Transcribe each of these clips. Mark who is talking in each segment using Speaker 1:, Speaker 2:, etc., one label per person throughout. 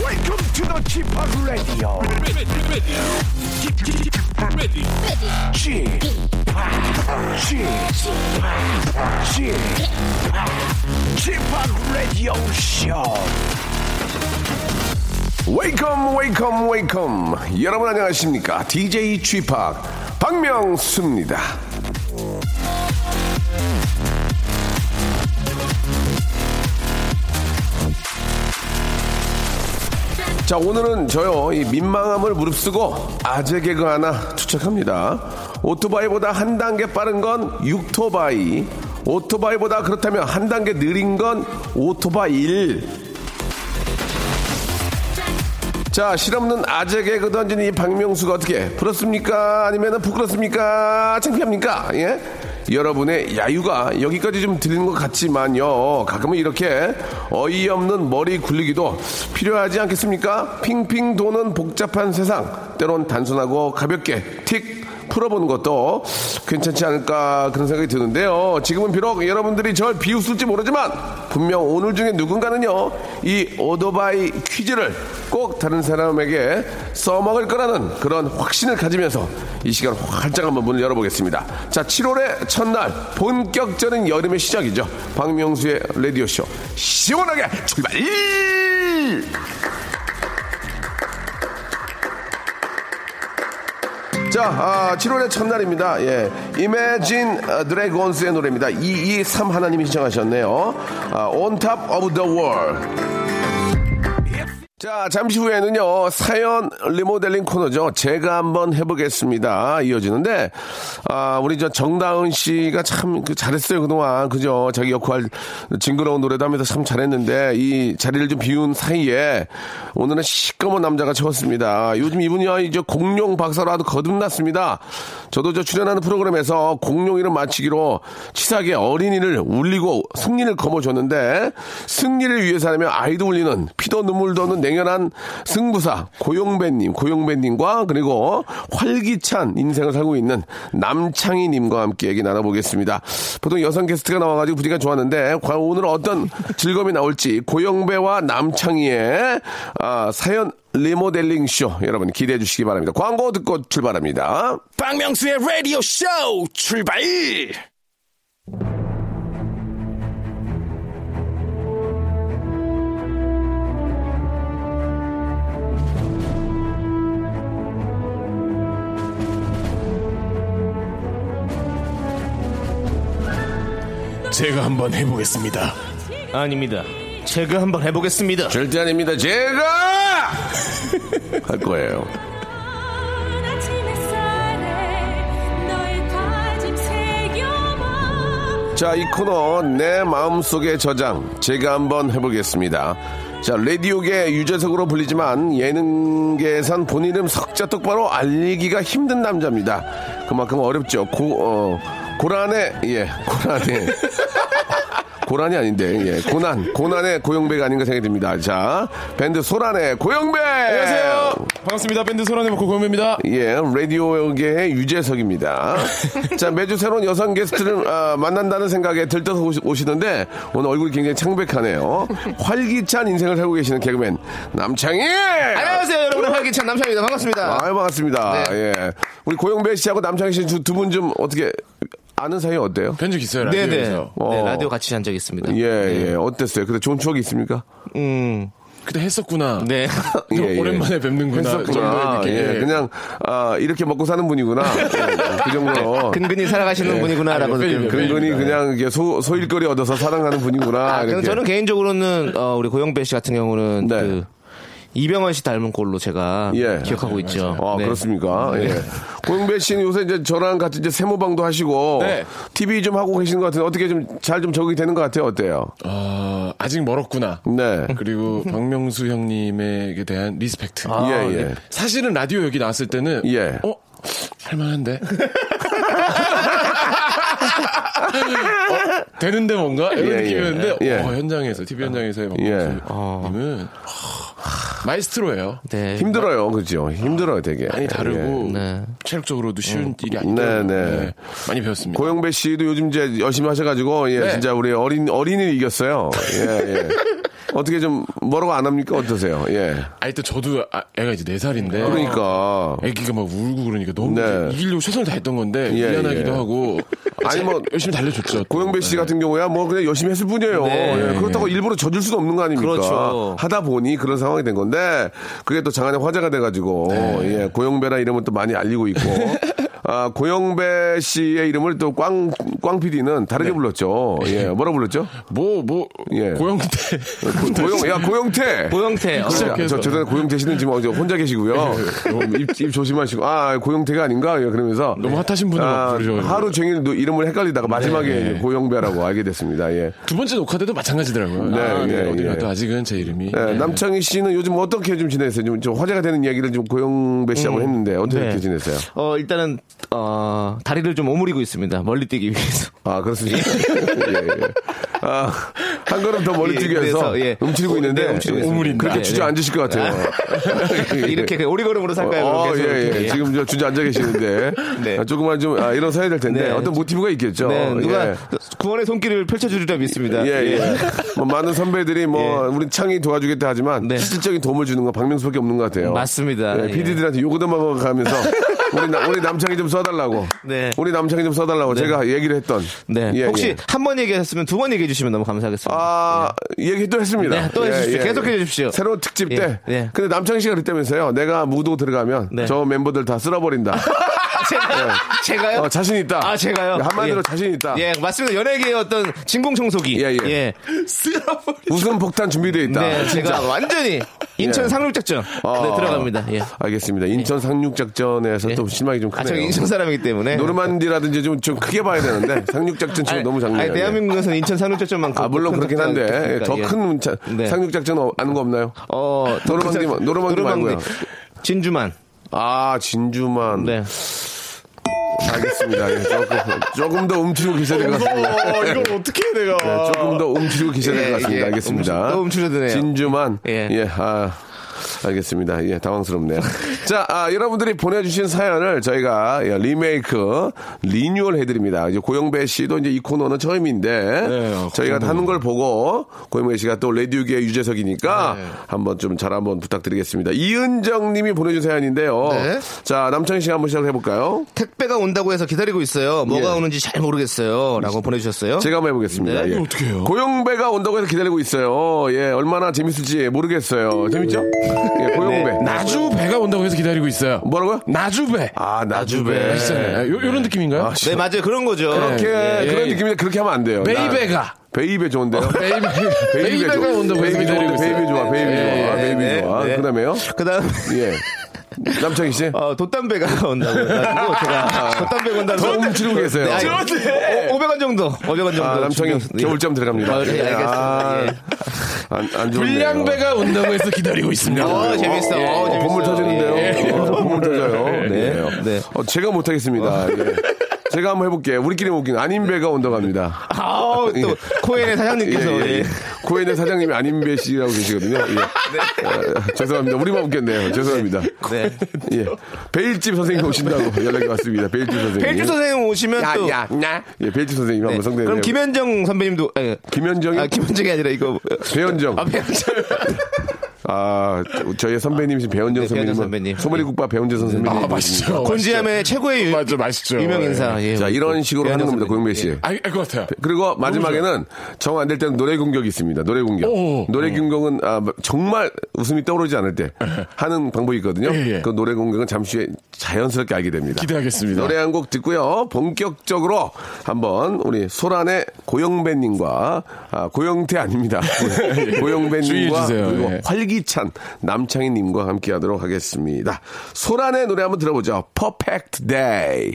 Speaker 1: Welcome to the Chip Radio.
Speaker 2: ready, ready, Keep- keep- keep ready.
Speaker 1: Chip, Chip, Chip, Chip Radio Show.
Speaker 3: 웨이컴 웨이컴 웨이컴 여러분 안녕하십니까 DJ 취팍 박명수입니다 자 오늘은 저요 이 민망함을 무릅쓰고 아재 개그 하나 추측합니다 오토바이보다 한 단계 빠른 건 육토바이 오토바이보다 그렇다면 한 단계 느린 건 오토바이 일. 자, 실없는 아재 개그 던지는 이 박명수가 어떻게 부럽습니까? 아니면 부끄럽습니까? 창피합니까? 예? 여러분의 야유가 여기까지 좀 들리는 것 같지만요. 가끔은 이렇게 어이없는 머리 굴리기도 필요하지 않겠습니까? 핑핑 도는 복잡한 세상. 때론 단순하고 가볍게 틱 풀어보는 것도 괜찮지 않을까 그런 생각이 드는데요. 지금은 비록 여러분들이 절 비웃을지 모르지만 분명 오늘 중에 누군가는요 이 오토바이 퀴즈를 꼭 다른 사람에게 써먹을 거라는 그런 확신을 가지면서 이 시간 활짝 한번 문을 열어보겠습니다. 자, 7월의 첫날 본격적인 여름의 시작이죠. 박명수의 라디오 쇼 시원하게 출발! 자, 아, 7월의 첫날입니다. 예. Imagine 어, Dragons의 노래입니다. 223 하나님이 신청하셨네요. 아, On Top of the World. 자, 잠시 후에는요, 사연 리모델링 코너죠. 제가 한번 해보겠습니다. 이어지는데, 아, 우리 저 정다은 씨가 참 그, 잘했어요, 그동안. 그죠? 자기 역할, 징그러운 노래도 하면서 참 잘했는데, 이 자리를 좀 비운 사이에, 오늘은 시꺼먼 남자가 채웠습니다. 요즘 이분이요, 이제 공룡 박사로 아주 거듭났습니다. 저도 저 출연하는 프로그램에서 공룡 이름 맞히기로 치사하게 어린이를 울리고 승리를 거머쥐었는데, 승리를 위해서라면 아이도 울리는 피도 눈물도 없는 냉연한 승부사 고용배님, 고용배님과 그리고 활기찬 인생을 살고 있는 남창희님과 함께 얘기 나눠보겠습니다. 보통 여성 게스트가 나와가지고 분위기가 좋았는데 과연 오늘 어떤 즐거움이 나올지 고용배와 남창희의 아, 사연 리모델링 쇼 여러분 기대해 주시기 바랍니다. 광고 듣고 출발합니다.
Speaker 2: 박명수의 라디오 쇼 출발! 제가 한번 해보겠습니다. 아닙니다. 제가 한번 해보겠습니다.
Speaker 3: 절대 아닙니다. 제가 할 거예요.
Speaker 4: 아침 햇살에 너의 다짐 새겨봐
Speaker 3: 자, 이 코너 내 마음속의 저장 제가 한번 해보겠습니다. 자, 라디오계 유재석으로 불리지만 예능계에선 본 이름 석자 똑바로 알리기가 힘든 남자입니다. 그만큼 어렵죠. 고, 어, 고란에, 예, 고란에. 고란이 아닌데, 예, 고난, 고난의 고영배가 아닌가 생각이 듭니다. 자, 밴드 소란의 고영배!
Speaker 2: 안녕하세요. 반갑습니다. 밴드 소란의 먹고 고현입니다.
Speaker 3: 예, 라디오계의 유재석입니다. 자, 매주 새로운 여성 게스트를 아, 만난다는 생각에 들떠서 오시, 오시는데 오늘 얼굴이 굉장히 창백하네요. 활기찬 인생을 살고 계시는 개그맨 남창희!
Speaker 5: 안녕하세요, 여러분. 활기찬 남창입니다. 반갑습니다.
Speaker 3: 아유, 반갑습니다.
Speaker 5: 네.
Speaker 3: 예. 우리 고영배 씨하고 남창희 씨 두 분 좀 어떻게 아는 사이 어때요?
Speaker 2: 변적 있어요,
Speaker 5: 네네.
Speaker 2: 라디오에서.
Speaker 5: 네,
Speaker 3: 어.
Speaker 5: 라디오 같이 한 적 있습니다.
Speaker 3: 예,
Speaker 2: 네.
Speaker 3: 예. 어땠어요? 근데 좋은 추억이 있습니까?
Speaker 5: 음,
Speaker 2: 그때 했었구나.
Speaker 5: 네.
Speaker 3: 예,
Speaker 2: 아, 좀
Speaker 3: 예.
Speaker 2: 오랜만에 뵙는구나. 그
Speaker 3: 했었구나.
Speaker 2: 정도의 느낌.
Speaker 3: 예, 그냥, 아, 이렇게 먹고 사는 분이구나. 예, 그 정도로.
Speaker 2: 네.
Speaker 5: 근근히 살아가시는 분이구나라고
Speaker 2: 아, 네,
Speaker 5: 느껴요.
Speaker 2: 네, 네.
Speaker 3: 근근히 그냥 이게 소, 소일거리 얻어서 사랑하는 분이구나.
Speaker 5: 아, 근데
Speaker 3: 이렇게.
Speaker 5: 저는 개인적으로는, 어, 우리 고영배 씨 같은 경우는,
Speaker 3: 네.
Speaker 5: 그, 이병헌 씨 닮은 꼴로 제가
Speaker 3: 예.
Speaker 5: 기억하고 있죠.
Speaker 3: 아
Speaker 5: 네.
Speaker 3: 그렇습니까? 예. 고영배 씨는 요새 이제 저랑 같이 이제 세모방도 하시고
Speaker 2: 네.
Speaker 3: TV 좀 하고 계신 것 같은데 어떻게 좀 잘 좀 적응이 되는 것 같아요? 어때요?
Speaker 2: 아, 아직 멀었구나.
Speaker 3: 네.
Speaker 2: 그리고 박명수 형님에게 대한 리스펙트.
Speaker 3: 아, 예, 예.
Speaker 2: 사실은 라디오 여기 나왔을 때는
Speaker 3: 예.
Speaker 2: 어 할만한데. 어, 되는데 뭔가 이런
Speaker 3: 예,
Speaker 2: 느낌이었는데
Speaker 3: 예.
Speaker 2: 어, 현장에서 TV 현장에서의
Speaker 3: 예.
Speaker 2: 박명수님은 마이스트로예요.
Speaker 5: 네.
Speaker 3: 힘들어요, 그죠? 힘들어요, 되게. 예.
Speaker 2: 많이 다르고
Speaker 5: 네.
Speaker 2: 체력적으로도 쉬운 일이 아니고
Speaker 3: 네, 네.
Speaker 2: 많이 배웠습니다.
Speaker 3: 고영배 씨도 요즘 이제 열심히 하셔가지고 예,
Speaker 2: 네.
Speaker 3: 진짜 우리 어린 어린이 이겼어요. 예, 예. 어떻게 좀 뭐라고 안 합니까? 어떠세요? 예.
Speaker 2: 아니, 또 저도 아, 애가 이제 4살인데.
Speaker 5: 어.
Speaker 3: 그러니까.
Speaker 2: 애기가 막 울고 그러니까 너무
Speaker 3: 네.
Speaker 2: 이기려고 최선을 다했던 건데
Speaker 3: 예,
Speaker 2: 미안하기도
Speaker 3: 예.
Speaker 2: 하고
Speaker 3: 아니, 뭐
Speaker 2: 열심히 달려줬죠. 네. 또.
Speaker 3: 고영배 씨 같은 경우야 뭐 그냥 열심히 했을 뿐이에요.
Speaker 5: 네.
Speaker 3: 예, 그렇다고 일부러 져줄 수도 없는 거 아닙니까?
Speaker 5: 그렇죠.
Speaker 3: 하다 보니 그런 상황이 된 건데 그게 또 장안의 화제가 돼가지고
Speaker 2: 네.
Speaker 3: 예, 고영배라 이름을 또 많이 알리고 있고 아, 고영배 씨의 이름을 또 꽝 꽝 PD는
Speaker 2: 네.
Speaker 3: 다르게 불렀죠. 예, 뭐라 불렀죠?
Speaker 2: 뭐, 뭐,
Speaker 3: 예.
Speaker 2: 고영태.
Speaker 3: 고- 고영 야 고영태. 아,
Speaker 5: 고영태. 어.
Speaker 3: 저-
Speaker 2: 시작해서.
Speaker 3: 저 죄송한데 고영태 씨는 지금 어디 혼자 계시고요.
Speaker 2: 네.
Speaker 3: 입, 입 조심하시고 아 고영태가 아닌가 예, 그러면서
Speaker 2: 너무 핫하신 분을 막 부르셔가지고.
Speaker 3: 아, 하루 종일 노- 이름을 헷갈리다가 마지막에
Speaker 2: 네.
Speaker 3: 고영배라고 알게 됐습니다. 예.
Speaker 2: 두 번째 녹화 때도 마찬가지더라고요.
Speaker 3: 네,
Speaker 2: 아, 네,
Speaker 3: 예,
Speaker 2: 어디
Speaker 3: 예.
Speaker 2: 가도 아직은 제 이름이.
Speaker 3: 예,
Speaker 2: 네.
Speaker 3: 남창희 씨는 요즘 어떻게 좀 지내세요? 좀, 좀 화제가 되는 이야기를 좀 고영배 씨하고 했는데 어떻게
Speaker 5: 네.
Speaker 3: 지내세요?
Speaker 5: 어, 일단은, 어, 다리를 좀 오므리고 있습니다. 멀리 뛰기 위해서.
Speaker 3: 아 그렇습니까? 예, 예. 아, 한 걸음 더 멀리
Speaker 5: 예,
Speaker 3: 뛰기 위해서
Speaker 5: 그래서, 예.
Speaker 3: 움츠리고 있는데
Speaker 5: 네, 움츠리고
Speaker 3: 예,
Speaker 5: 있습니다.
Speaker 2: 오므린다.
Speaker 3: 그렇게
Speaker 5: 네,
Speaker 3: 주저앉으실 것 같아요. 예.
Speaker 5: 이렇게 그냥 오리걸음으로 살까요?
Speaker 3: 어,
Speaker 5: 계속
Speaker 3: 예,
Speaker 5: 이렇게.
Speaker 3: 예. 지금 저 주저앉아 계시는데
Speaker 5: 네.
Speaker 3: 아, 조금만 좀 아, 일어서야 될 텐데
Speaker 5: 네.
Speaker 3: 어떤 모티브가 있겠죠.
Speaker 5: 네, 누가
Speaker 3: 예.
Speaker 5: 구원의 손길을 펼쳐주리라 믿습니다.
Speaker 3: 예, 예. 뭐 많은 선배들이 뭐
Speaker 5: 예.
Speaker 3: 우리 창이 도와주겠다 하지만
Speaker 5: 네.
Speaker 3: 실질적인 도움을 주는 건 박명수밖에 없는 것 같아요.
Speaker 5: 맞습니다.
Speaker 3: 예,
Speaker 5: 예.
Speaker 3: PD들한테 요거도 먹어가면서 우리, 나- 우리 남창이 좀 써달라고.
Speaker 5: 네.
Speaker 3: 우리 남창이 좀 써달라고 제가 얘기를 했던.
Speaker 5: 네.
Speaker 3: 예,
Speaker 5: 혹시
Speaker 3: 예.
Speaker 5: 한 번 얘기하셨으면 두 번 얘기해 주시면 너무 감사하겠습니다.
Speaker 3: 아, 얘기 또 했습니다. 예,
Speaker 5: 네, 또 해주십시오. 계속해 주십시오.
Speaker 3: 새로운 특집
Speaker 5: 예,
Speaker 3: 때.
Speaker 5: 예.
Speaker 3: 근데 남창희 씨가 그랬다면서요. 내가 무도 들어가면
Speaker 5: 네.
Speaker 3: 저 멤버들 다 쓸어버린다.
Speaker 5: 아, 제가, 제가요?
Speaker 3: 어, 자신 있다.
Speaker 5: 아, 제가요?
Speaker 3: 한마디로
Speaker 5: 예.
Speaker 3: 자신 있다.
Speaker 5: 예, 맞습니다. 연예계의 어떤 진공청소기.
Speaker 3: 예, 예. 웃음 폭탄 준비되어 있다.
Speaker 5: 네, 제가 완전히 인천
Speaker 3: 예.
Speaker 5: 상륙작전
Speaker 3: 아,
Speaker 5: 네, 들어갑니다. 예.
Speaker 3: 알겠습니다. 인천 상륙작전에서 또 실망이 좀
Speaker 5: 아,
Speaker 3: 크네요.
Speaker 5: 제가 인천 사람이기 때문에.
Speaker 3: 노르만디라든지 좀, 좀 크게 봐야 되는데 상륙작전 지금
Speaker 5: 아니,
Speaker 3: 너무 작네요.
Speaker 5: 아니, 대한민국에서는 인천 상륙작전만큼.
Speaker 3: 아 물론
Speaker 5: 큰
Speaker 3: 그렇긴
Speaker 5: 작전이
Speaker 3: 한데
Speaker 5: 없겠습니까? 예.
Speaker 3: 더 큰
Speaker 5: 네.
Speaker 3: 상륙작전 어- 아는 거 없나요?
Speaker 5: 어,
Speaker 3: 노르망디,
Speaker 5: 그 사-
Speaker 3: 노르망디 말고요.
Speaker 5: 진주만.
Speaker 3: 아 진주만
Speaker 5: 네.
Speaker 3: 알겠습니다. 예, 조금, 조금 더 움츠리고 계셔야 될 것 같습니다. 예,
Speaker 5: 이걸 어떻게 해, 내가.
Speaker 3: 조금 더 움츠리고 계셔야 될
Speaker 5: 예,
Speaker 3: 것 같습니다.
Speaker 5: 예.
Speaker 3: 알겠습니다.
Speaker 5: 움츠- 또 움츠려드네요.
Speaker 3: 진주만
Speaker 5: 예.
Speaker 3: 예아 알겠습니다. 예 당황스럽네요. 자 아, 여러분들이 보내주신 사연을 저희가 예, 리메이크 리뉴얼 해드립니다. 이제 고영배 씨도 이제 이 코너는 처음인데
Speaker 2: 네, 어,
Speaker 3: 저희가
Speaker 2: 고영배.
Speaker 3: 하는 걸 보고 고영배 씨가 또 레디오계의 유재석이니까
Speaker 5: 네.
Speaker 3: 한번 좀 잘 한번 부탁드리겠습니다. 이은정님이 보내준 사연인데요.
Speaker 5: 네.
Speaker 3: 자 남창희 씨가 한번 시작을 해볼까요?
Speaker 5: 택배가 온다고 해서 기다리고 있어요. 뭐가
Speaker 3: 예. 음.
Speaker 5: 오는지 잘 모르겠어요. 라고 보내주셨어요.
Speaker 3: 제가 한번 해보겠습니다.
Speaker 5: 네.
Speaker 3: 예.
Speaker 2: 어떻게 해요?
Speaker 3: 고영배가 온다고 해서 기다리고 있어요. 예, 얼마나 재밌을지 모르겠어요. 재밌죠? 예, 고영배.
Speaker 2: 네. 나주 배가 온다고 해서 기다리고 있어요.
Speaker 3: 뭐라고요?
Speaker 2: 나주 배. 네,
Speaker 3: 아, 나주배.
Speaker 2: 있잖아요. 요, 요런 느낌인가요?
Speaker 3: 아,
Speaker 5: 네, 맞아요. 그런 거죠.
Speaker 3: 그렇게,
Speaker 2: 예, 예.
Speaker 3: 그런 느낌인데 그렇게 하면 안 돼요.
Speaker 2: 베이베가. 어,
Speaker 3: 나- 베이베 좋은데요?
Speaker 2: 베이베.
Speaker 3: 베이베가
Speaker 2: 베이베가 온다고
Speaker 3: 베이비
Speaker 2: 해서 기다리고
Speaker 3: 좋아,
Speaker 2: 있어요. 예,
Speaker 3: 베이비 좋아, 베이비 좋아, 베이비 좋아.
Speaker 5: 네.
Speaker 3: 그 다음에요?
Speaker 5: 그 다음,
Speaker 3: 예. 남창희 씨?
Speaker 5: 어, 돛담배가 온다고 해가지고 제가 돛담배 온다고.
Speaker 3: 더 움츠리고 계세요.
Speaker 5: 네, 아니, 오- 500원 정도. 500원 정도.
Speaker 3: 아, 남창희
Speaker 5: 준비해서-
Speaker 3: 겨울잠
Speaker 5: 아,
Speaker 3: 들어갑니다.
Speaker 5: 네, 알겠습니다. 예.
Speaker 3: 아, 안, 안 좋은데요.
Speaker 2: 불량배가 온다고 해서 기다리고 있습니다. 아,
Speaker 5: 어, 재밌어. 어,
Speaker 3: 어,
Speaker 5: 재밌어.
Speaker 3: 건물 터지는데요.
Speaker 5: 예.
Speaker 3: 어, 건물 터져요. 네.
Speaker 5: 네. 네.
Speaker 3: 어, 제가 못하겠습니다. 예. 제가 한번 해볼게요. 우리끼리 먹기는 아닌배가 온다고 합니다.
Speaker 5: 아우, 또, 코엔의 사장님께서.
Speaker 3: 예, 예, 예.
Speaker 5: 예.
Speaker 3: 코엔의 사장님이 아닌배 씨라고 계시거든요. 예. 어, 죄송합니다. 우리만 웃겠네요. 죄송합니다.
Speaker 5: 네.
Speaker 3: 예. 베일집 선생님 오신다고 연락이 왔습니다. 베일집 선생님.
Speaker 5: 펠주 선생님 오시면 또.
Speaker 3: 야, 야. 예, 베일집 선생님
Speaker 5: 네.
Speaker 3: 한번 성대.
Speaker 5: 그럼 김현정 선배님도. 예.
Speaker 3: 김현정이
Speaker 5: 아, 김현정이 아니라 이거.
Speaker 3: 배현정.
Speaker 5: 아, 배현정.
Speaker 3: 아, 저희 선배님이신 배현정
Speaker 5: 네,
Speaker 3: 선배님은
Speaker 5: 배현정 선배님.
Speaker 3: 소머리국밥 배현정 선배님.
Speaker 2: 아,
Speaker 5: 어,
Speaker 2: 맛있죠.
Speaker 5: 곤지암의 최고의 유-
Speaker 2: 맞죠, 맛있죠.
Speaker 5: 유명
Speaker 2: 예.
Speaker 5: 인사. 예.
Speaker 3: 자, 이런 식으로 하는
Speaker 5: 배현정
Speaker 3: 겁니다.
Speaker 5: 선배님. 예.
Speaker 3: 고영배 씨.
Speaker 2: 아, 알것 같아요.
Speaker 3: 그리고 마지막에는 정 안 될 때는 노래 공격이 있습니다. 노래 공격.
Speaker 2: 오.
Speaker 3: 노래 공격은 아, 정말 웃음이 떠오르지 않을 때 하는 방법이 있거든요.
Speaker 2: 예, 예.
Speaker 3: 그 노래 공격은 잠시 후에 자연스럽게 알게 됩니다.
Speaker 2: 기대하겠습니다.
Speaker 3: 노래 한 곡 듣고요. 본격적으로 한번 우리 소란의 고영배님과 아, 고영태 아닙니다. 고영배님과
Speaker 2: 예, 주의해주세요.
Speaker 3: 그리고
Speaker 2: 예.
Speaker 3: 활기찬 남창희님과 함께하도록 하겠습니다. 소란의 노래 한번 들어보죠. Perfect Day.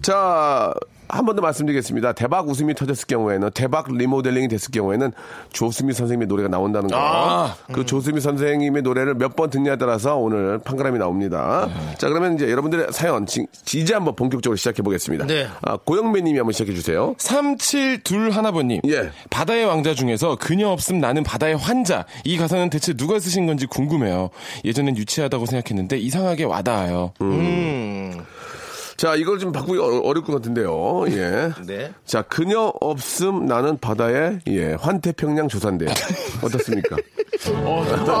Speaker 3: 자. 한 번 더 말씀드리겠습니다. 대박 웃음이 터졌을 경우에는 대박 리모델링이 됐을 경우에는 조수미 선생님의 노래가 나온다는 거.
Speaker 2: 아.
Speaker 3: 그 조수미 선생님의 노래를 몇 번 듣냐에 따라서 오늘 판가름이 나옵니다. 자 그러면 이제 여러분들의 사연 지, 이제 한번 본격적으로 시작해 보겠습니다.
Speaker 5: 네.
Speaker 3: 아, 고영배님이 한번 시작해 주세요.
Speaker 2: 372 하나번님.
Speaker 3: 예.
Speaker 2: 바다의 왕자 중에서 그녀 없음 나는 바다의 환자. 이 가사는 대체 누가 쓰신 건지
Speaker 3: 음.
Speaker 2: 궁금해요. 예전엔 유치하다고 생각했는데 이상하게 와닿아요.
Speaker 3: 자, 이걸 좀 바꾸기 어- 어려울 것 같은데요. 예.
Speaker 5: 네.
Speaker 3: 자, 그녀 없음 나는 바다에 예, 환태평양 조사인데요. 어떻습니까?